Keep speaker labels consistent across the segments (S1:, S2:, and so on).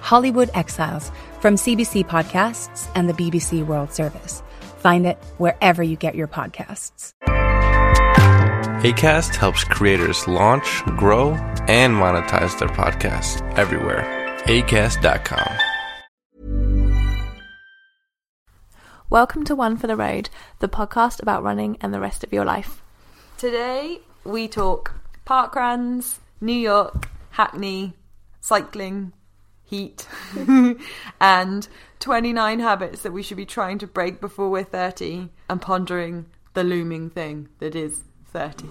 S1: Hollywood Exiles from CBC Podcasts and the BBC World Service. Find it wherever you get your podcasts.
S2: ACAST helps creators launch, grow, and monetize their podcasts everywhere. ACAST.com.
S3: Welcome to One for the Road, the podcast about running and the rest of your life.
S4: Today we talk parkruns, New York, Hackney, cycling, heat, and 29 habits that we should be trying to break before we're 30 and pondering the looming thing that is 30.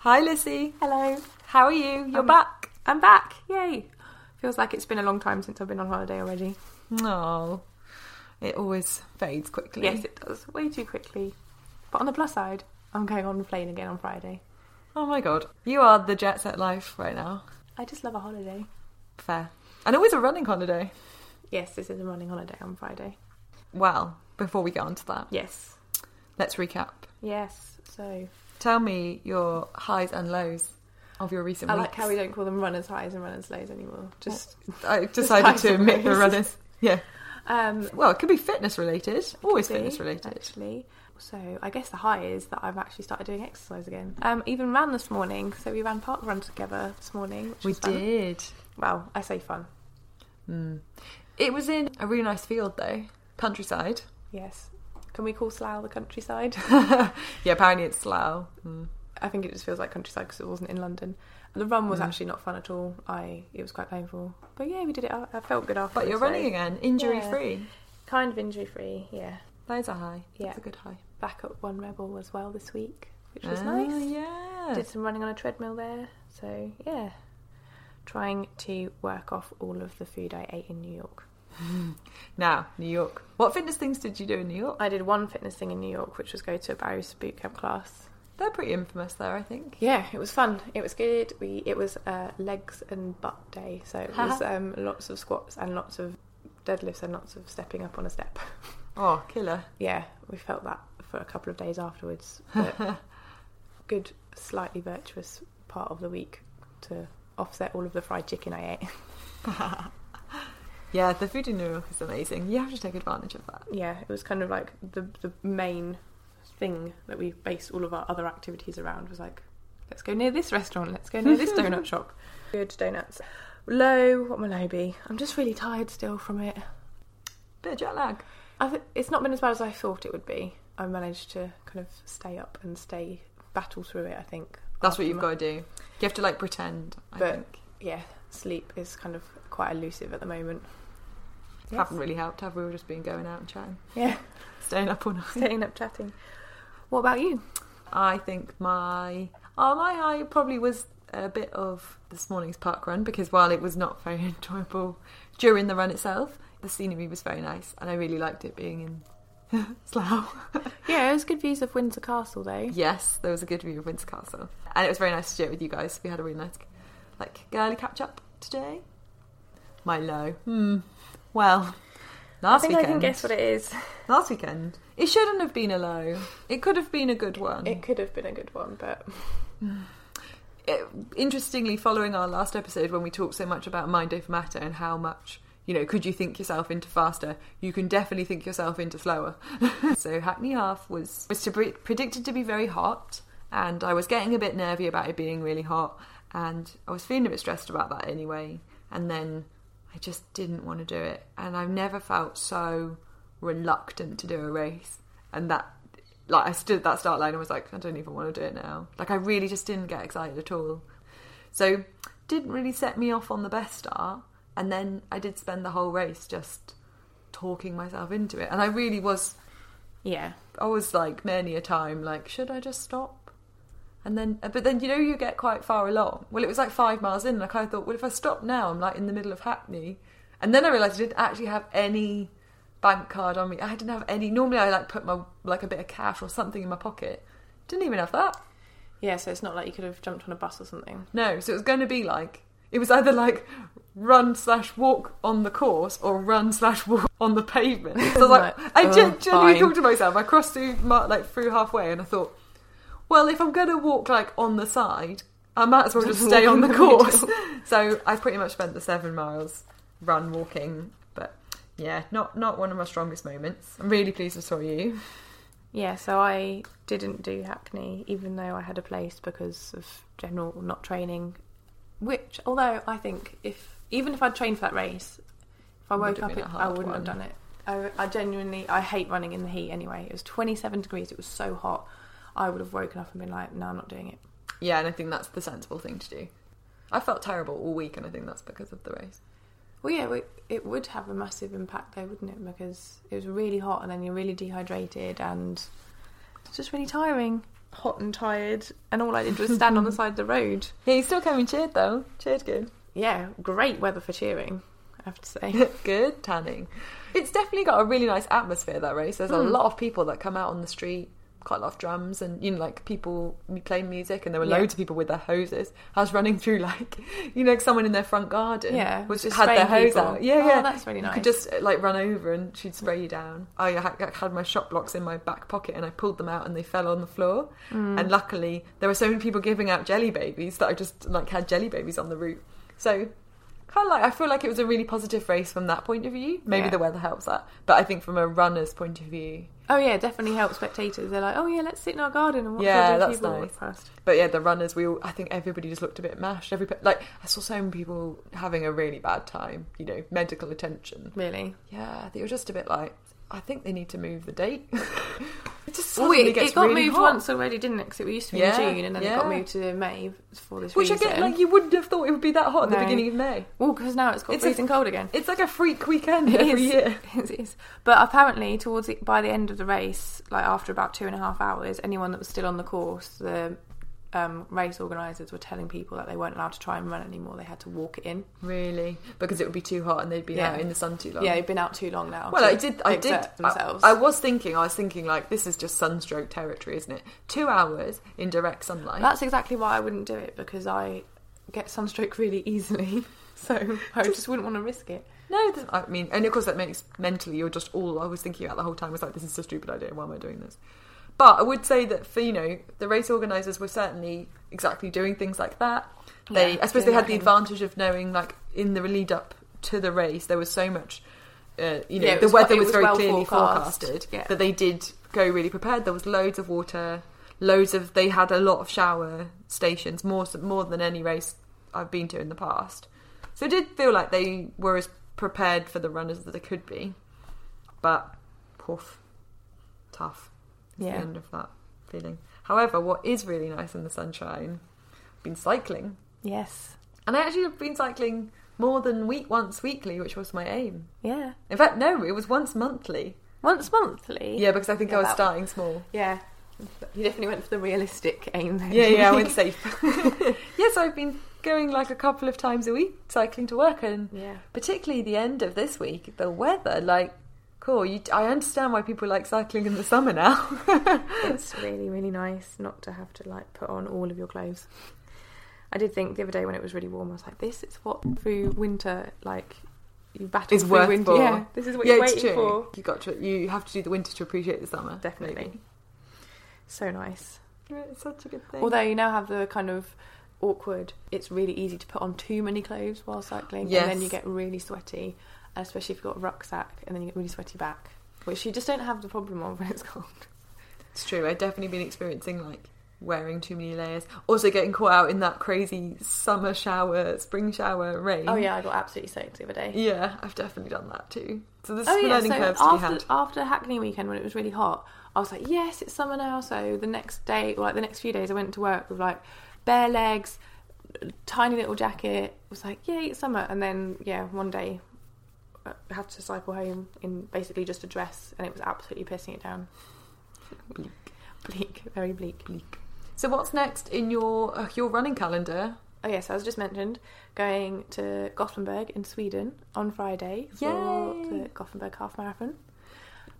S4: Hi, Lissy.
S3: Hello.
S4: How are you? You're
S3: Um,
S4: back.
S3: I'm back. Yay. Feels like it's been a long time since I've been on holiday already.
S4: No. oh, It always fades quickly.
S3: Yes, it does. Way too quickly. But on the plus side, I'm going on a plane again on Friday.
S4: Oh my god. You are the jet set life right now.
S3: I just love a holiday.
S4: Fair. And always a running holiday.
S3: Yes, this is a running holiday on Friday.
S4: Well, before we get onto that,
S3: Yes.
S4: let's recap.
S3: Yes. So
S4: Tell me your highs and lows of your recent
S3: I
S4: weeks.
S3: like how we don't call them runners highs and runners lows anymore. Just
S4: I
S3: highs
S4: decided to
S3: and
S4: admit the
S3: lows.
S4: runners. Yeah.
S3: um
S4: Well, it could be fitness related. Always
S3: See,
S4: fitness related.
S3: Actually, so I guess the high is that I've actually started doing exercise again. Um, even ran this morning. So we ran park run together this morning. Which
S4: We
S3: was fun.
S4: did.
S3: Well, I say fun.
S4: It was in a really nice field though. Countryside.
S3: Yes. Can we call Slough the countryside?
S4: yeah, apparently it's Slough. Mm.
S3: I think it just feels like countryside because it wasn't in London. The run
S4: Mm.
S3: was actually not fun at all. I it was quite painful, but yeah, we did it. I, I felt good after.
S4: But you're running again, injury free.
S3: Kind of injury free. Yeah.
S4: Those are high.
S3: Yeah.
S4: That's a good high.
S3: Back at One Rebel as well this week, which was
S4: Ah,
S3: nice.
S4: Yeah.
S3: did some running on a treadmill there. So yeah, trying to work off all of the food I ate in New York.
S4: Now, New York. What fitness things did you do in New York?
S3: I did one fitness thing in New York, which was go to a Barry's boot camp class.
S4: They're pretty infamous there, I think.
S3: Yeah, it was fun. It was good. We it was uh, legs and butt day, so it was um, lots of squats and lots of deadlifts and lots of stepping up on a step.
S4: Oh, killer.
S3: yeah, we felt that for a couple of days afterwards. But good, slightly virtuous part of the week to offset all of the fried chicken I ate.
S4: Yeah, the food in New York is amazing. You have to take advantage of that.
S3: yeah, it was kind of like the the main thing that we based all of our other activities around was like, let's go near this restaurant, let's go near this donut shop. Good donuts. Low, what my low be? I'm just really tired still from it.
S4: Bit of jet lag.
S3: I th- it's not been as bad as I thought it would be. I managed to kind of stay up and stay battle through it. I think
S4: That's
S3: after
S4: what you've
S3: my-
S4: got to do. You have to like pretend. I
S3: But
S4: think
S3: yeah, sleep is kind of quite elusive at the moment.
S4: haven't really helped. Have we? We've just been going out and chatting,
S3: Yeah,
S4: staying up all night.
S3: staying up chatting. What about you?
S4: I think my oh my high probably was a bit of this morning's park run because while it was not very enjoyable during the run itself, the scenery was very nice and I really liked it being in Slough.
S3: Yeah, it was good views of Windsor Castle though.
S4: yes, there was a good view of Windsor Castle, and it was very nice to do it with you guys. We had a really nice like girly catch up today. My low. Hmm. Well,
S3: I
S4: last
S3: think
S4: weekend.
S3: I can guess what it is.
S4: Last weekend. It shouldn't have been a low. It could have been a good one.
S3: It could have been a good one, but
S4: it- interestingly, following our last episode when we talked so much about mind over matter and how much you know, could you think yourself into faster? You can definitely think yourself into slower. so Hackney Half was was to pre- predicted to be very hot, and I was getting a bit nervy about it being really hot, and I was feeling a bit stressed about that anyway. And then I just didn't want to do it, and I've never felt so reluctant to do a race, and that. Like I stood at that start line and was like, I don't even want to do it now. Like I really just didn't get excited at all. So didn't really set me off on the best start. And then I did spend the whole race just talking myself into it. And I really was,
S3: Yeah.
S4: I was like many a time, like, should I just stop? And then, uh, but then you know, you get quite far along. Well, it was like five miles in, and I kind of thought, well, if I stop now, I'm like in the middle of Hackney. And then I realised I didn't actually have any bank card on me. I didn't have any. Normally, I like put my like a bit of cash or something in my pocket. Didn't even have that.
S3: Yeah, so it's not like you could have jumped on a bus or something.
S4: No, so it was going to be like it was either like run slash walk on the course or run slash walk on the pavement. So I was like,
S3: Right.
S4: I
S3: Oh,
S4: gen-
S3: fine.
S4: genuinely thought to myself, I crossed through mar- like through halfway, and I thought, well, if I'm going to walk like on the side, I might as well just stay on the course. so I pretty much spent the seven miles run walking, but yeah, not not one of my strongest moments. I'm really pleased I saw you.
S3: Yeah, so I didn't do Hackney, even though I had a place because of general not training. Which, although I think if even if I'd trained for that race, if I
S4: Would
S3: woke
S4: have
S3: up,
S4: been
S3: it,
S4: a
S3: I
S4: hard
S3: wouldn't have
S4: one.
S3: done it. I, I genuinely, I hate running in the heat. Anyway, it was 27 degrees. It was so hot. I would have woken up and been like, "No, I'm not doing it."
S4: Yeah, and I think that's the sensible thing to do. I felt terrible all week, and I think that's because of the race.
S3: Well, yeah, it, it would have a massive impact though, wouldn't it? Because it was really hot and then you're really dehydrated and it's just really tiring. Hot and tired, and all I did was stand on the side of the road.
S4: Yeah, you still came and cheered though. Cheered good.
S3: Yeah, great weather for cheering, I have to say.
S4: good tanning. It's definitely got a really nice atmosphere that race. There's
S3: Hmm.
S4: a lot of people that come out on the street, quite a lot of drums and you know like people m- playing music and there were
S3: Yeah.
S4: loads of people with their hoses. I was running through like you know someone in their front garden
S3: Yeah,
S4: was
S3: just
S4: had their
S3: spraying
S4: hose
S3: people.
S4: out. Yeah,
S3: Oh,
S4: yeah.
S3: that's really
S4: You
S3: nice.
S4: could just uh, like run over and she'd spray you down. I ha- ha- had my shop blocks in my back pocket and I pulled them out and they fell on the floor. And luckily there were so many people giving out jelly babies that I just like had jelly babies on the route. So kind of like I feel like it was a really positive race from that point of view. Maybe
S3: Yeah.
S4: the weather helps that, but I think from a runner's point of view,
S3: oh, yeah, definitely help spectators. They're like, oh, yeah, let's sit in our garden and watch
S4: Yeah,
S3: all
S4: that's
S3: these people
S4: nice.
S3: walk past.
S4: but yeah, the runners we all I think everybody just looked a bit mashed. Every like I saw so many people having a really bad time. You know, medical attention.
S3: Really?
S4: Yeah, they were just a bit like I think they need to move the date. it just
S3: Oh,
S4: suddenly
S3: it,
S4: gets
S3: it got
S4: really
S3: moved
S4: hot.
S3: once already, didn't it? Because it used to be
S4: Yeah,
S3: in June and then it got
S4: yeah.
S3: moved to May for this
S4: Which
S3: reason.
S4: again, like you wouldn't have thought it would be that hot at the
S3: No.
S4: beginning of May.
S3: Well, because now it's got
S4: It's a-
S3: freezing cold again.
S4: It's like a freak weekend
S3: It
S4: every
S3: is.
S4: year.
S3: It is. But apparently, towards the, by the end of the race, like after about two and a half hours, anyone that was still on the course, the um, race organisers were telling people that they weren't allowed to try and run anymore. They had to walk it in.
S4: Really, because it would be too hot and they'd been
S3: Yeah.
S4: out in the sun too long.
S3: Yeah, they've been out too long now.
S4: Well,
S3: to
S4: I did. I did.
S3: exert Themselves.
S4: I, I was thinking. I was thinking like this is just sunstroke territory, isn't it? Two hours in direct sunlight.
S3: That's exactly why I wouldn't do it because I get sunstroke really easily. So I just wouldn't want to risk it.
S4: no, this, I mean, and of course that makes mentally you're just all I was thinking about the whole time was like this is a stupid idea. Why am I doing this? But I would say that for you know the race organisers were certainly exactly doing things like that. They,
S3: Yeah,
S4: I suppose,
S3: doing
S4: they had
S3: that
S4: the
S3: thing.
S4: advantage of knowing like in the lead up to the race there was so much. Uh, you know,
S3: Yeah, it
S4: the
S3: was-
S4: weather
S3: it
S4: was,
S3: was
S4: very
S3: well
S4: clearly
S3: forecast.
S4: forecasted.
S3: Yeah.
S4: That they did go really prepared. There was loads of water, loads of. They had a lot of shower stations, more more than any race I've been to in the past. So it did feel like they were as prepared for the runners that they could be, but poof, tough. It's
S3: Yeah.
S4: the end of that feeling. However, what is really nice in the sunshine, I've been cycling,
S3: Yes.
S4: and I actually have been cycling more than week once weekly, which was my aim.
S3: Yeah.
S4: In fact, no, it was once monthly.
S3: Once monthly.
S4: Yeah, because I think
S3: Yeah,
S4: I was
S3: that-
S4: starting small.
S3: Yeah. You definitely went for the realistic aim there.
S4: Yeah,
S3: didn't
S4: yeah, I
S3: you?
S4: went safe. yeah, so I've been going like a couple of times a week cycling to work, and
S3: Yeah.
S4: particularly the end of this week, the weather, like, cool. You, I understand why people like cycling in the summer now.
S3: it's really really nice not to have to like put on all of your clothes i did think the other day when it was really warm i was like this is what through winter like you battle
S4: It's
S3: through
S4: worth
S3: winter
S4: for.
S3: yeah this is what
S4: yeah,
S3: you're
S4: it's
S3: waiting
S4: true.
S3: for
S4: You got to, you have to do the winter to appreciate the summer.
S3: definitely
S4: maybe.
S3: so nice
S4: Yeah, It's such a good thing.
S3: although you now have the kind of awkward. It's really easy to put on too many clothes while cycling,
S4: Yes.
S3: and then you get really sweaty, especially if you've got a rucksack, and then you get really sweaty back, which you just don't have the problem of when it's cold.
S4: It's true. I've definitely been experiencing like wearing too many layers. Also getting caught out in that crazy summer shower, spring shower rain.
S3: Oh yeah, I got absolutely soaked the other day.
S4: Yeah, I've definitely done that too. So there's
S3: Oh
S4: some
S3: yeah,
S4: learning
S3: so
S4: curves to be
S3: after,
S4: had.
S3: after Hackney weekend when it was really hot, I was like, yes, it's summer now. So the next day, like the next few days, I went to work with like bare legs, tiny little jacket. I was like, yay, it's summer. And then yeah, one day I had to cycle home in basically just a dress, and it was absolutely pissing it down. Bleak, very bleak. Bleak.
S4: So what's next in your uh, your running calendar?
S3: Oh yes, I was just mentioned going to Gothenburg in Sweden on Friday for
S4: Yay.
S3: the Gothenburg Half Marathon.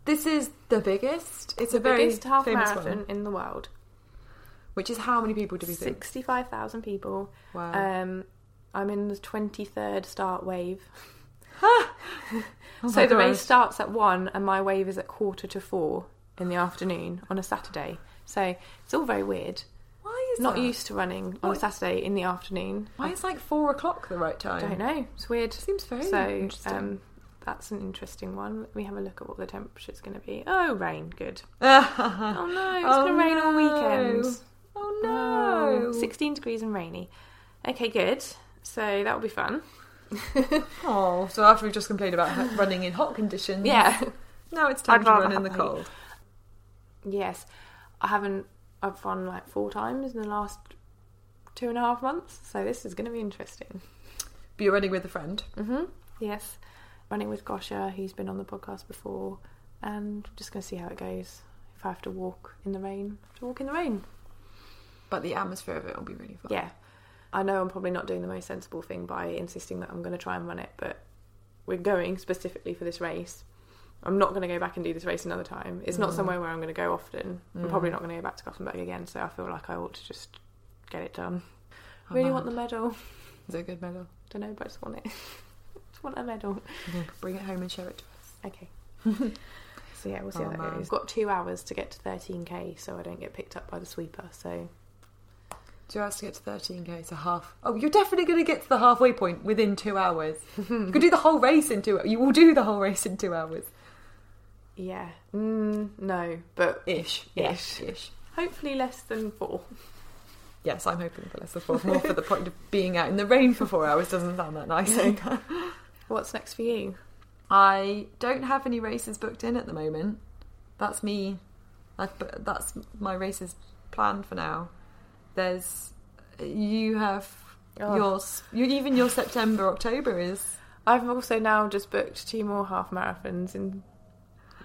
S4: This is the biggest. It's a
S3: the
S4: very
S3: biggest half
S4: famous
S3: marathon
S4: one,
S3: in the world.
S4: which is how many people do we think?
S3: Sixty-five thousand people.
S4: Wow.
S3: Um, I'm in the twenty-third start wave.
S4: Oh
S3: so
S4: my
S3: the race
S4: gosh.
S3: starts at one, and my wave is at quarter to four in the afternoon on a Saturday. So it's all very weird.
S4: Why is
S3: Not
S4: that?
S3: used to running on a
S4: What?
S3: Saturday in the afternoon.
S4: Why is like four o'clock the right time?
S3: I don't know. It's weird.
S4: Oh. Seems very
S3: so.
S4: interesting.
S3: Um, that's an interesting one. Let me have a look at what the temperature's going to be. Oh, rain. Good. Oh no, it's
S4: Oh,
S3: going to rain all
S4: no.
S3: weekend.
S4: oh no!
S3: 16 degrees and rainy. Okay, good. So that will be fun.
S4: Oh, so after we've just complained about ho- running in hot conditions,
S3: Yeah.
S4: now it's time
S3: I'd
S4: to
S3: rather
S4: run in the
S3: have
S4: cold.
S3: yes. I haven't, I've run like four times in the last two and a half months, so this is going to be interesting.
S4: But you're running with a friend.
S3: Yes. Running with Gosha, who's been on the podcast before, and just going to see how it goes. If I have to walk in the rain, I have to walk in the rain.
S4: But the atmosphere of it will be really fun.
S3: Yeah. I know I'm probably not doing the most sensible thing by insisting that I'm going to try and run it, but we're going specifically for this race. I'm not going to go back and do this race another time. It's
S4: Mm.
S3: not somewhere where I'm going to go often. I'm probably not going to go back to Gothenburg again, so I feel like I ought to just get it done. really want the medal.
S4: Is it a good medal?
S3: Don't know, but I just want it. just want a medal.
S4: Bring it home and share it to
S3: Okay. so yeah, we'll see
S4: Oh,
S3: how that
S4: man.
S3: goes. Got two hours to get to 13k, so I don't get picked up by the sweeper. So
S4: Two hours to get to 13k, so half. Oh, you're definitely going to get to the halfway point within two hours. you could do the whole race in two You will do the whole race in two hours.
S3: yeah, mm, no, but
S4: Ish.
S3: Ish.
S4: Ish.
S3: hopefully less than four.
S4: Yes, I'm hoping for less than four. More for the point of being out in the rain for four hours doesn't sound that nice.
S3: What's next for you?
S4: I don't have any races booked in at the moment. That's me. I've, bu- that's my races planned for now. There's you have
S3: Oh.
S4: your s- you even your September October is
S3: I've also now just booked two more half marathons in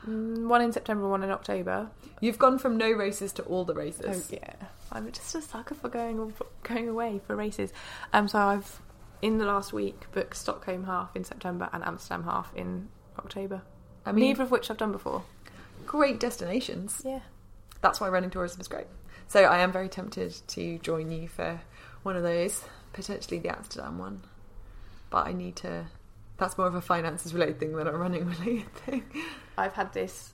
S3: mm, one in September, one in October.
S4: you've gone from no races to all the
S3: Oh
S4: races.
S3: yeah, I'm just a sucker for going going away for races. Um, so I've in the last week booked Stockholm half in September and Amsterdam half in October.
S4: I mean,
S3: Neither of which I've done before.
S4: great destinations.
S3: Yeah.
S4: That's why running tourism is great. So I am very tempted to join you for one of those, potentially the Amsterdam one. But I need to. That's more of a finances related thing than a running related thing.
S3: I've had this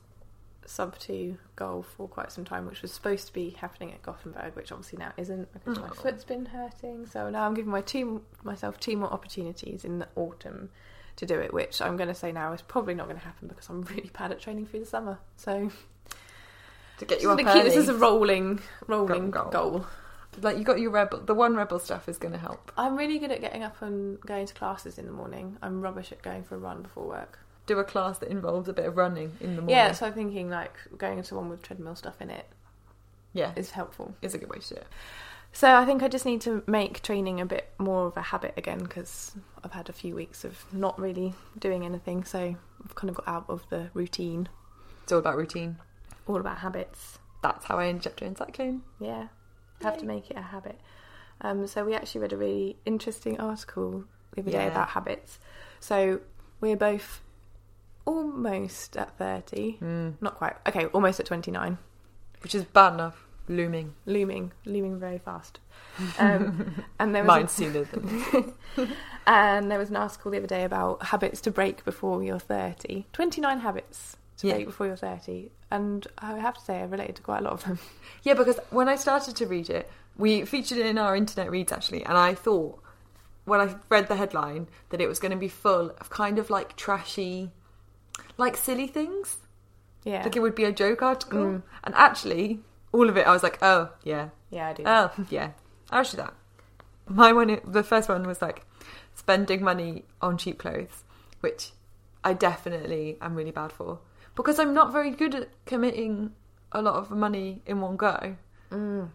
S3: sub two goal for quite some time, which was supposed to be happening at Gothenburg, which obviously now isn't because my foot's been hurting. So now I'm giving my two myself two more opportunities in the autumn to do it, which I'm going to say now is probably not going to happen because I'm really bad at training through the summer. So
S4: To get
S3: this
S4: you
S3: is,
S4: up
S3: a key- this
S4: early.
S3: is a rolling, rolling
S4: Goal.
S3: goal.
S4: like you got your rebel the one rebel stuff is going to help
S3: I'm really good at getting up and going to classes in the morning. I'm rubbish at going for a run before work.
S4: do a class that involves a bit of running in the morning
S3: Yeah, so I'm thinking like going into one with treadmill stuff in it
S4: yeah it's,
S3: is helpful.
S4: it's a good way to do it
S3: So I think I just need to make training a bit more of a habit again because I've had a few weeks of not really doing anything, so I've kind of got out of the routine.
S4: it's all about routine
S3: All about habits,
S4: that's how i ended up doing cycling
S3: yeah. Have to make it a habit. Um, so we actually read a really interesting article the other day
S4: Yeah.
S3: about habits. So we're both almost at thirty, not quite. Okay, almost at twenty nine.
S4: which is bad enough looming
S3: looming, looming very fast. Um, and there was
S4: mine
S3: a-
S4: sooner than
S3: and Um, there was an article the other day about habits to break before you're 30. 29 habits to
S4: Yeah.
S3: break before you're 30. And I have to say, I related to quite a lot of them.
S4: yeah because when i started to read it We featured it in our internet reads actually, and I thought when I read the headline that it was going to be full of kind of like trashy, like silly things.
S3: Yeah.
S4: Like it would be a joke article. And actually, all of it, I was like, oh, yeah.
S3: Yeah, I do.
S4: Oh, yeah. I'll do that. My one, the first one was like spending money on cheap clothes, which I definitely am really bad for because I'm not very good at committing a lot of money in one go.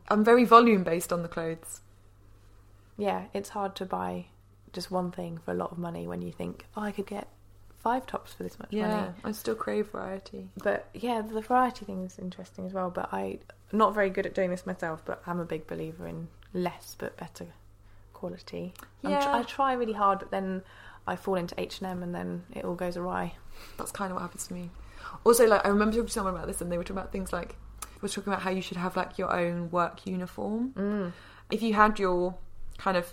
S4: I'm very volume based on the clothes.
S3: yeah, it's hard to buy just one thing for a lot of money when you think, oh, I could get five tops for this much money.
S4: I still crave variety.
S3: But yeah, the variety thing is interesting as well. But I not very good at doing this myself, but I'm a big believer in less but better quality. I'm
S4: Yeah.
S3: Tr- I try really hard, but then I fall into H and M, and then it all goes awry.
S4: That's kind of what happens to me. Also, like I remember talking to someone about this, and they were talking about things like was talking about how you should have like your own work uniform. Mm. If you had your kind of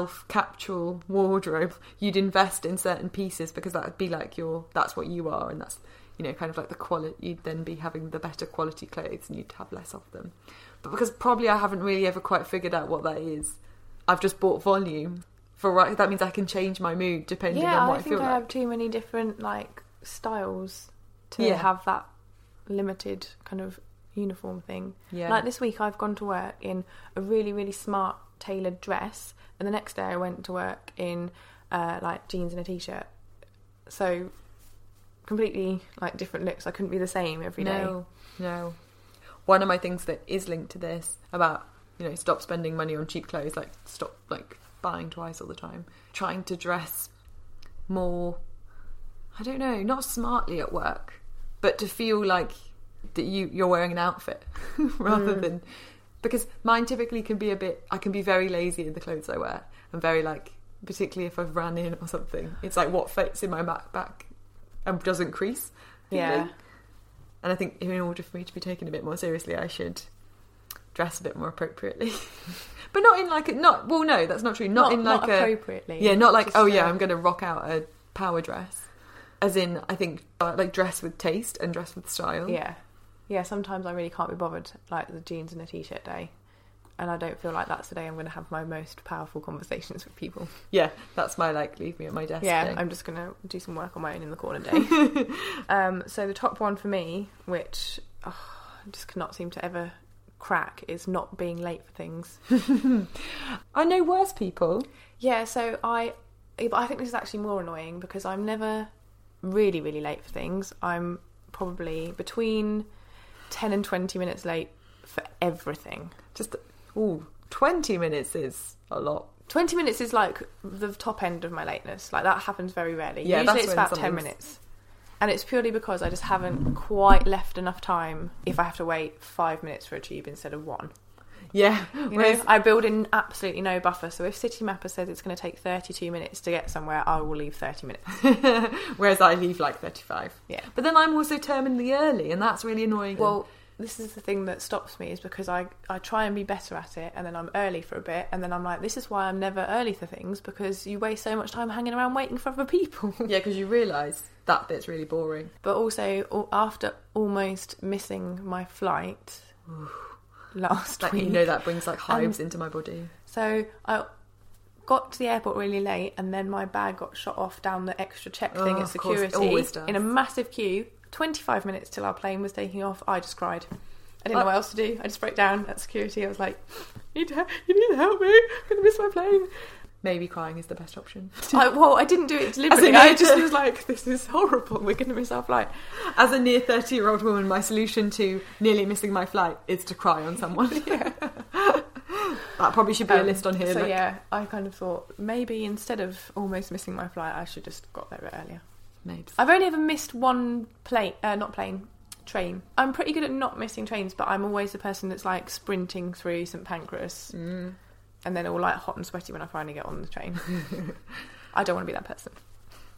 S4: self-capsule wardrobe, you'd invest in certain pieces because that would be like your that's what you are, and that's you know kind of like the quality. You'd then be having the better quality clothes, and you'd have less of them. But because probably I haven't really ever quite figured out what that is, I've just bought volume. For right, that means I can change my mood depending
S3: yeah,
S4: on what I,
S3: I think
S4: feel
S3: I
S4: like.
S3: have too many different like styles to
S4: Yeah.
S3: have that limited kind of uniform thing.
S4: Yeah.
S3: Like this week, I've gone to work in a really really smart tailored dress, and the next day I went to work in uh, like jeans and a t-shirt. So completely like different looks. I couldn't be the same every day.
S4: No, no. One of my things that is linked to this about you know stop spending money on cheap clothes, like stop like buying twice all the time, trying to dress more. I don't know, not smartly at work, but to feel like that you you're wearing an outfit rather
S3: Mm.
S4: than because mine typically can be a bit. I can be very lazy in the clothes I wear and very like particularly if I've ran in or something. It's like what fits in my backpack and doesn't crease.
S3: Yeah.
S4: And I think in order for me to be taken a bit more seriously, I should dress a bit more appropriately. but not in like a, not well, no, that's not true. Not,
S3: Not-
S4: in like
S3: not
S4: a
S3: appropriately.
S4: Yeah, not like
S3: Just,
S4: oh yeah,
S3: uh,
S4: I'm going to rock out a power dress. As in, I think uh, like dress with taste and dress with style.
S3: Yeah. Yeah, sometimes I really can't be bothered, like the jeans and a t shirt day. And I don't feel like that's the day I'm going to have my most powerful conversations with people.
S4: yeah, that's my like leave me at my desk.
S3: Yeah,
S4: thing.
S3: I'm just going to do some work on my own in the corner day. um, so, the top one for me, which oh, I just cannot seem to ever crack, is not being late for things.
S4: I know worse people.
S3: Yeah, so I, but I think this is actually more annoying because I'm never really, really late for things. I'm probably between 10 and 20 minutes late for everything.
S4: Just ooh, 20 minutes is a lot.
S3: 20 minutes is like the top end of my lateness. Like that happens very rarely.
S4: Yeah,
S3: Usually
S4: that's
S3: it's
S4: when
S3: about 10
S4: something's-
S3: minutes. And it's purely because I just haven't quite left enough time if I have to wait five minutes for a tube instead of one.
S4: Yeah,
S3: You
S4: whereas-
S3: know, I build in absolutely no buffer. So if City Mapper says it's going to take 32 minutes to get somewhere, I will leave 30 minutes.
S4: Whereas I leave like 35.
S3: Yeah.
S4: But then I'm also terminally early, and that's really annoying.
S3: Well, this is the thing that stops me is because I, I try and be better at it and then I'm early for a bit and then I'm like, this is why I'm never early for things because you waste so much time hanging around waiting for other people.
S4: yeah, because you realise that bit's really boring.
S3: but also al- after almost missing my flight last
S4: Like,
S3: week.
S4: you know, that brings like hives
S3: Um,
S4: into my body.
S3: So I got to the airport really late, and then my bag got shot off down the extra check thing
S4: Oh,
S3: at
S4: of course,
S3: security
S4: it always does.
S3: in a massive queue. Twenty-five minutes till our plane was taking off. I just cried. I didn't know
S4: Oh.
S3: what else to do. I just broke down at security. I was like, "You need, you need to help me! I'm gonna miss my plane."
S4: Maybe crying is the best option.
S3: I, well, I didn't do it deliberately.
S4: in
S3: I
S4: you
S3: just
S4: did.
S3: was like, "This is horrible. We're gonna miss our flight."
S4: As a near 30 year old woman, my solution to nearly missing my flight is to cry on someone. that probably should be a
S3: Um,
S4: list on here.
S3: So
S4: look.
S3: yeah, I kind of thought maybe instead of almost missing my flight, I should just got there a bit earlier.
S4: Mabes.
S3: I've only ever missed one plane, uh, not plane, train. I'm pretty good at not missing trains, but I'm always the person that's like sprinting through St Pancras,
S4: Mm.
S3: and then all like hot and sweaty when I finally get on the train. I don't want to be that person.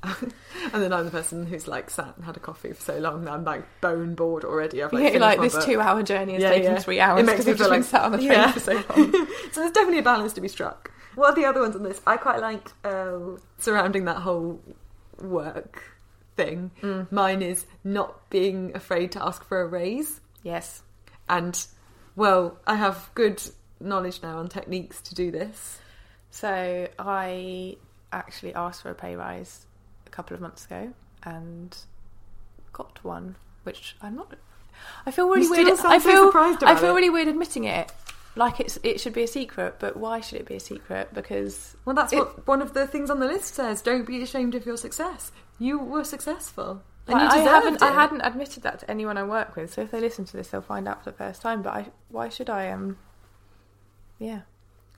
S4: And then I'm the person who's like sat and had a coffee for so long that I'm like bone bored already. I've like,
S3: yeah,
S4: finished
S3: like
S4: my
S3: this
S4: book.
S3: two-hour journey is
S4: Yeah,
S3: taking
S4: yeah.
S3: three
S4: It
S3: hours
S4: makes
S3: because
S4: me
S3: I've
S4: feel
S3: just been sat
S4: like-
S3: on the train
S4: Yeah.
S3: for so long.
S4: so there's definitely a balance to be struck. What are the other ones on this? I quite liked uh, surrounding that whole work thing.
S3: Mm.
S4: Mine is not being afraid to ask for a raise,
S3: yes.
S4: and well, I have good knowledge now on techniques to do this.
S3: So I actually asked for a pay rise a couple of months ago and got one, which I'm not. I feel really
S4: still
S3: weird.
S4: sound
S3: I
S4: so
S3: feel
S4: surprised
S3: I
S4: about
S3: feel
S4: it.
S3: really weird admitting it. Like it's it should be a secret, but why should it be a secret? Because
S4: Well, that's
S3: It-
S4: what one of the things on the list says. Don't be ashamed of your success. You were successful. And
S3: Like,
S4: you
S3: I
S4: deserved
S3: haven't
S4: it.
S3: I hadn't admitted that to anyone I work with. So if they listen to this, they'll find out for the first time. But I, why should I? Um, yeah,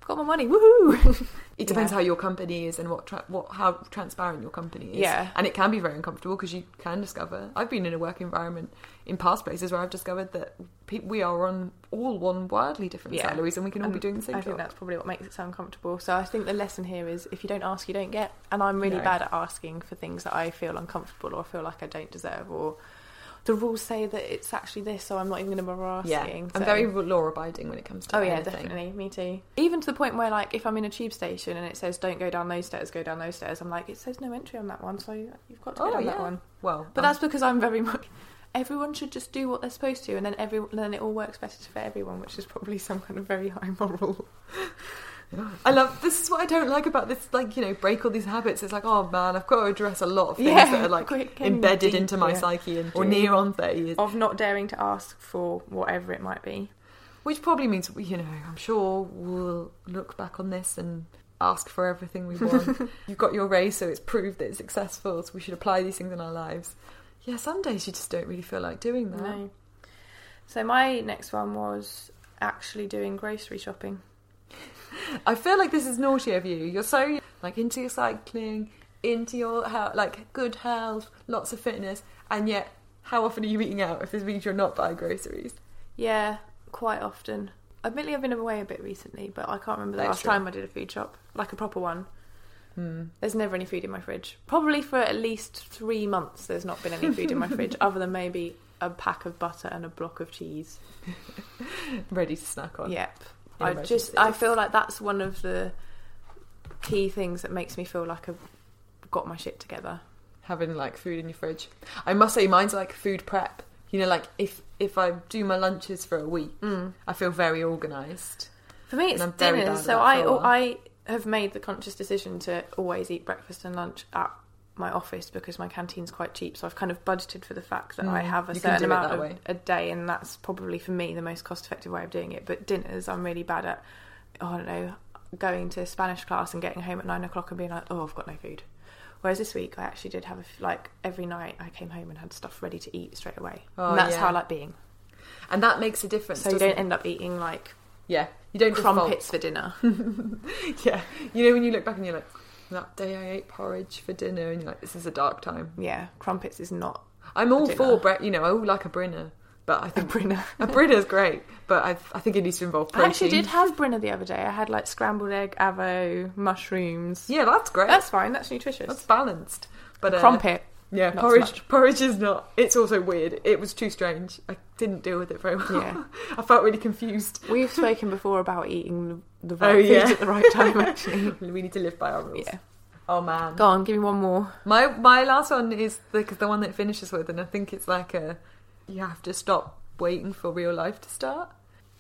S3: I've got my money. Woohoo!
S4: It depends
S3: Yeah.
S4: how your company is and what tra- what how transparent your company is.
S3: Yeah.
S4: and it can be very uncomfortable because you can discover. I've been in a work environment in past places where I've discovered that pe- we are on all on wildly different
S3: Yeah.
S4: salaries and we can all
S3: And
S4: be doing the same
S3: I
S4: job.
S3: think that's probably what makes it sound comfortable. So I think the lesson here is if you don't ask, you don't get. And I'm really
S4: No.
S3: bad at asking for things that I feel uncomfortable or feel like I don't deserve or the rules say that it's actually this, so I'm not even going to bother
S4: yeah,
S3: asking.
S4: I'm
S3: so-
S4: very law abiding when it comes to.
S3: Oh
S4: that
S3: yeah,
S4: kind of thing.
S3: definitely. Me too. Even to the point where, like, if I'm in a tube station and it says "Don't go down those stairs, go down those stairs," I'm like, it says no entry on that one, so you've got to go
S4: Oh
S3: down
S4: yeah.
S3: that one.
S4: Well,
S3: But
S4: um,
S3: that's because I'm very much. Everyone should just do what they're supposed to, and then every then it all works better for everyone, which is probably some kind of very high moral.
S4: I love this is what I don't like about this like you know break all these habits it's like oh man I've got to address a lot of things
S3: Yeah,
S4: that are like
S3: quick and
S4: embedded
S3: deep,
S4: into my
S3: yeah.
S4: psyche and or near on 30 years
S3: of not daring to ask for whatever it might be.
S4: which probably means you know I'm sure we'll look back on this and ask for everything we want you've got your raise so it's proved that it's successful so we should apply these things in our lives yeah some days you just don't really feel like doing that
S3: No. So my next one was actually doing grocery shopping.
S4: I feel like this is naughty of you. You're so like into your cycling, into your health, like good health, lots of fitness, and yet how often are you eating out if this means you're not buying groceries?
S3: Yeah, quite often. Admittedly, I've been away a bit recently, but I can't remember the
S4: That's
S3: last
S4: true. Hmm.
S3: time I did a food shop, like a proper one. There's never any food in my fridge. Probably for at least three months, there's not been any food in my fridge, other than maybe a pack of butter and a block of cheese.
S4: Ready to snack on.
S3: Yep.
S4: In
S3: I
S4: emergencies.
S3: just I feel like that's one of the key things that makes me feel like I've got my shit together.
S4: Having like food in your fridge. I must say mine's like food prep. You know, like if if I do my lunches for a week,
S3: Mm.
S4: I feel very organised.
S3: For me, it's
S4: And I'm very bad
S3: dinner.
S4: at
S3: So
S4: that
S3: I,
S4: for a while.
S3: I have made the conscious decision to always eat breakfast and lunch at my office because my canteen's quite cheap. So I've kind of budgeted for the fact that I have a
S4: Mm. you can
S3: certain
S4: do it
S3: amount
S4: that
S3: of
S4: way.
S3: a day, and that's probably for me the most cost-effective way of doing it. But dinners, I'm really bad at. Oh, I don't know, going to Spanish class and getting home at nine o'clock and being like, oh, I've got no food. Whereas this week, I actually did have a f like every night I came home and had stuff ready to eat straight away.
S4: Oh,
S3: and that's
S4: yeah.
S3: how I like being.
S4: And that makes a difference.
S3: So you
S4: doesn't
S3: don't
S4: it?
S3: end up eating like
S4: Yeah. You don't
S3: crumpets for dinner.
S4: Default. Yeah. You know when you look back and you're like, that day I ate porridge for dinner and you're like, this is a dark time.
S3: yeah, crumpets is not
S4: I'm all
S3: dinner.
S4: for bre You know, I all like a Brinner, but I think
S3: Brinner.
S4: a Brinner's great, but I, I think it needs to involve protein.
S3: I actually did have Brinner the other day. I had like scrambled egg, avo, mushrooms.
S4: Yeah, that's great.
S3: That's
S4: That's,
S3: fine. That's nutritious.
S4: balanced. But uh,
S3: Crumpet.
S4: Yeah,
S3: Not so
S4: porridge.
S3: much.
S4: Porridge is not. It's also weird. It was too strange. I didn't deal with it very well.
S3: Yeah.
S4: I felt really confused.
S3: We've spoken before about eating the right
S4: Oh, yeah.
S3: food at the right time. Actually,
S4: We need to live by our rules.
S3: Yeah.
S4: Oh man.
S3: go on, give me one more.
S4: My my last one is the the one that it finishes with, and I think it's like a you have to stop waiting for real life to start.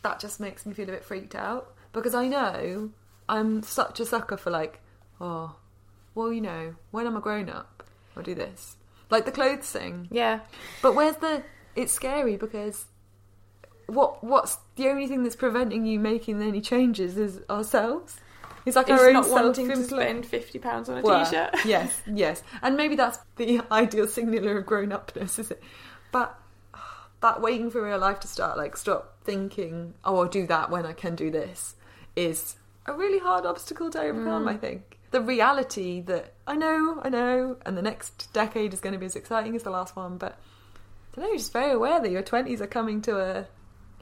S4: That just makes me feel a bit freaked out because I know I'm such a sucker for like, oh, well, you know, when I'm a grown up, I'll do this, like the clothes thing.
S3: Yeah,
S4: But where's the? It's scary because what what's the only thing that's preventing you making any changes is ourselves. It's like
S3: it's
S4: our own
S3: not wanting to
S4: self-impl-
S3: spend fifty pounds on a
S4: were.
S3: t-shirt.
S4: yes, yes. And maybe that's the ideal signaler of grown upness, is it? But that waiting for real life to start, like stop thinking, oh, I'll do that when I can do this, is a really hard obstacle to overcome,
S3: Mm.
S4: I think. The reality that I know, I know, and the next decade is going to be as exciting as the last one, but I don't know, you're just very aware that your 20s are coming to a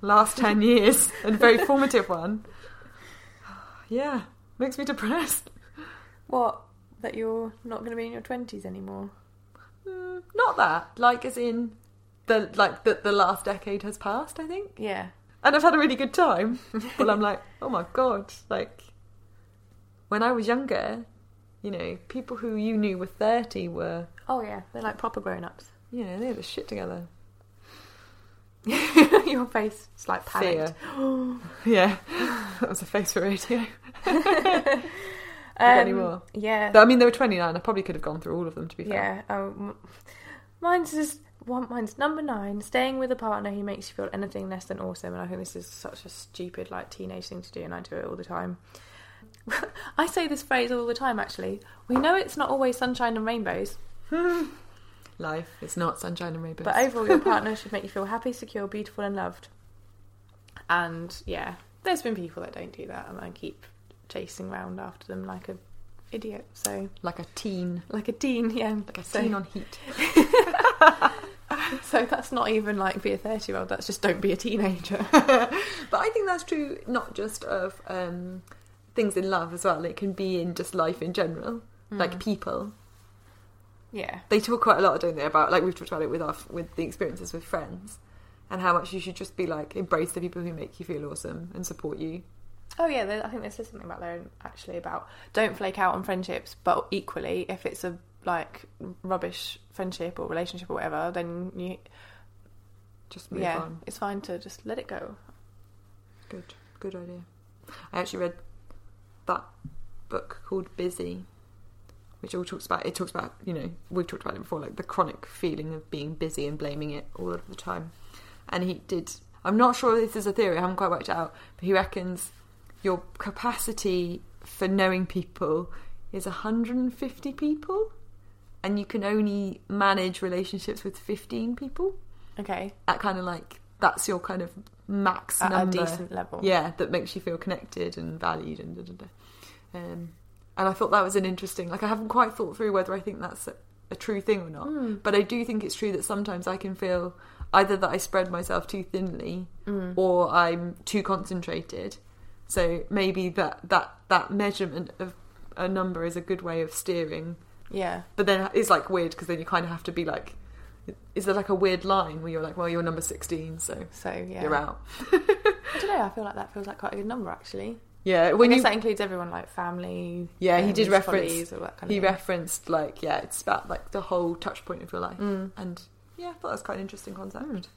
S4: last 10 years and very formative one. Yeah, makes me depressed.
S3: What? That you're not going to be in your twenties anymore.
S4: Mm, not that. Like as in the like that the last decade has passed, I think.
S3: Yeah,
S4: And I've had a really good time. well I'm like, oh my god, like when I was younger, you know, people who you knew were thirty were
S3: Oh yeah, they're like proper grown-ups.
S4: you know, they had the shit together.
S3: Your face is like panicked.
S4: Yeah. that was a face for radio.
S3: Um,
S4: any more?
S3: Yeah.
S4: I mean, there were 29. I probably could have gone through all of them, to be fair.
S3: Yeah. Um, mine's just one. Mine's number nine. Staying with a partner who makes you feel anything less than awesome, and I think this is such a stupid like teenage thing to do, and I do it all the time. I say this phrase all the time. Actually, we know it's not always sunshine and rainbows,
S4: Life is not sunshine and rainbows.
S3: but overall, your partner should make you feel happy, secure, beautiful, and loved. And yeah, there's been people that don't do that, and I keep chasing round after them like a idiot. So
S4: like a teen.
S3: like a dean, yeah, like
S4: A teen on heat.
S3: So that's not even like be a 30 year old, that's just don't be a teenager.
S4: But I think that's true not just of um, things in love as well. It can be in just life in general, like people.
S3: Yeah.
S4: They talk quite a lot, don't they? About like we've talked about it with our with the experiences with friends, and how much you should just be like embrace the people who make you feel awesome and support you.
S3: Oh, yeah, there, I think there's something about there actually about don't flake out on friendships, but equally, if it's a like rubbish friendship or relationship or whatever, then you,
S4: Just move
S3: yeah,
S4: on.
S3: it's fine to just let it go.
S4: Good, good idea. I actually read that book called Busy, which all talks about it talks about you know we've talked about it before, like the chronic feeling of being busy and blaming it all of the time. And he did. I'm not sure this is a theory. I haven't quite worked it out, but he reckons your capacity for knowing people is 150 people, and you can only manage relationships with 15 people
S3: Okay.
S4: at kind of like that's your kind of max
S3: At a
S4: number,
S3: decent level.
S4: Yeah, that makes you feel connected and valued and da da da. Um, and I thought that was an interesting. Like I haven't quite thought through whether I think that's a, a true thing or not,
S3: Hmm.
S4: but I do think it's true that sometimes I can feel either that I spread myself too thinly
S3: Hmm.
S4: or I'm too concentrated. So maybe that that that measurement of a number is a good way of steering
S3: Yeah.
S4: but then it's like weird because then you kind of have to be like, is there like a weird line where you're like, well, you're number 16, so
S3: So, yeah.
S4: you're out.
S3: I don't know, I feel like that feels like quite a good number actually.
S4: Yeah,
S3: I
S4: when
S3: guess
S4: you
S3: that includes everyone like family.
S4: yeah, he
S3: um,
S4: did reference.
S3: colleagues, all that kind
S4: he
S3: of thing.
S4: referenced like yeah, it's about like the whole touch point of your life,
S3: Mm.
S4: and yeah, I thought that was quite an interesting concept.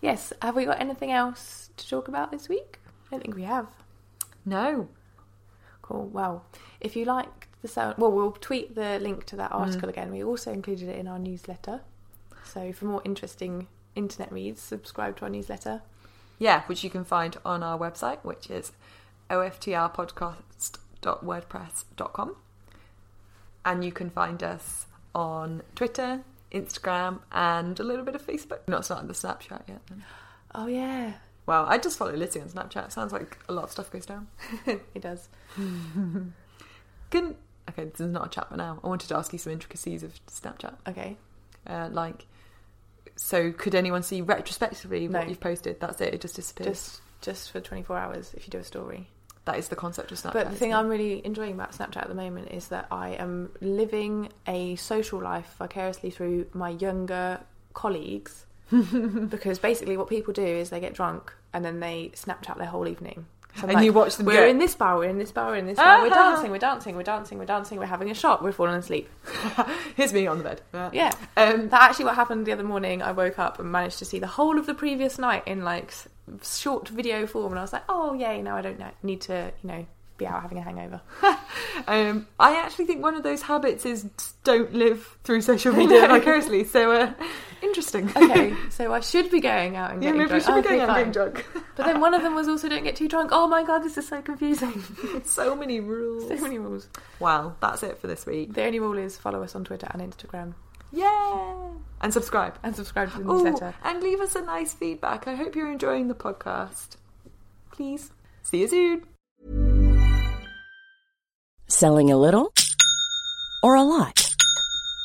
S3: Yes, have we got anything else to talk about this week? I don't think we have.
S4: No,
S3: Cool. Well, if you like the sound, well, we'll tweet the link to that article again. We also included it in our newsletter. So for more interesting internet reads, subscribe to our newsletter.
S4: yeah, which you can find on our website, which is oftrpodcast.wordpress.com. And you can find us on Twitter, Instagram, and a little bit of Facebook. No, it's not on the Snapchat yet.
S3: Oh yeah,
S4: Wow, I just follow Lizzie on Snapchat. Sounds like a lot of stuff goes down.
S3: it does.
S4: Can okay, this is not a chat for now. I wanted to ask you some intricacies of Snapchat.
S3: Okay.
S4: Uh, like, so could anyone see retrospectively what
S3: No.
S4: you've posted? That's it. It just disappears.
S3: Just just for 24 hours if you do a story.
S4: that is the concept of Snapchat.
S3: But the thing
S4: isn't it?
S3: I'm really enjoying about Snapchat at the moment is that I am living a social life vicariously through my younger colleagues. because basically, what people do is they get drunk and then they Snapchat their whole evening. So I'm
S4: And you watch them
S3: We're
S4: go-
S3: in this bar. We're in this bar. We're in this bar. We're dancing. We're dancing. We're dancing. We're dancing. We're having a shot. We're falling asleep.
S4: here's me on the bed.
S3: Yeah.
S4: Um,
S3: That actually what happened the other morning. I woke up and managed to see the whole of the previous night in like s- short video form, and I was like, oh yay! Now I don't know- need to, you know, be out having a hangover.
S4: Um, I actually think one of those habits is don't live through social media vicariously. So uh, interesting.
S3: okay, so I should be going out and
S4: yeah,
S3: getting
S4: maybe we
S3: drunk.
S4: should be
S3: Okay,
S4: going out
S3: fine.
S4: and getting drunk.
S3: But then one of them was also don't get too drunk. Oh my god, this is so confusing.
S4: so many rules.
S3: so many rules.
S4: Wow, that's it for this week.
S3: The only rule is follow us on Twitter and Instagram
S4: Yeah, and subscribe.
S3: and subscribe to the
S4: Oh,
S3: newsletter.
S4: and leave us a nice feedback. I hope you're enjoying the podcast. Please. See you soon.
S5: Selling a little or a lot?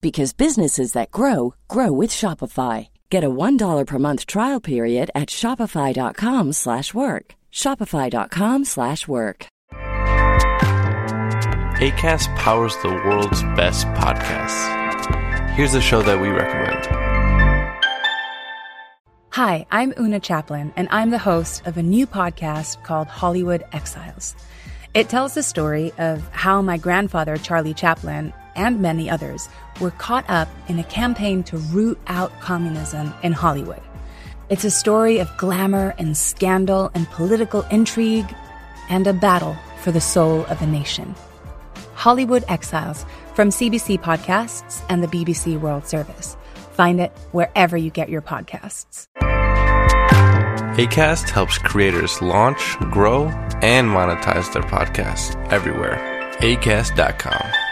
S5: because businesses that grow grow with Shopify. Get a $1 per month trial period at shopify.com/work. shopify.com/work.
S2: ACAST powers the world's best podcasts. Here's a show that we recommend.
S1: Hi, I'm Una Chaplin, and I'm the host of a new podcast called Hollywood Exiles. It tells the story of how my grandfather, Charlie Chaplin, and many others were caught up in a campaign to root out communism in Hollywood. It's a story of glamour and scandal and political intrigue and a battle for the soul of a nation. Hollywood Exiles from CBC Podcasts and the BBC World Service. Find it wherever you get your podcasts.
S2: ACAST helps creators launch, grow, and monetize their podcasts everywhere. ACAST.com.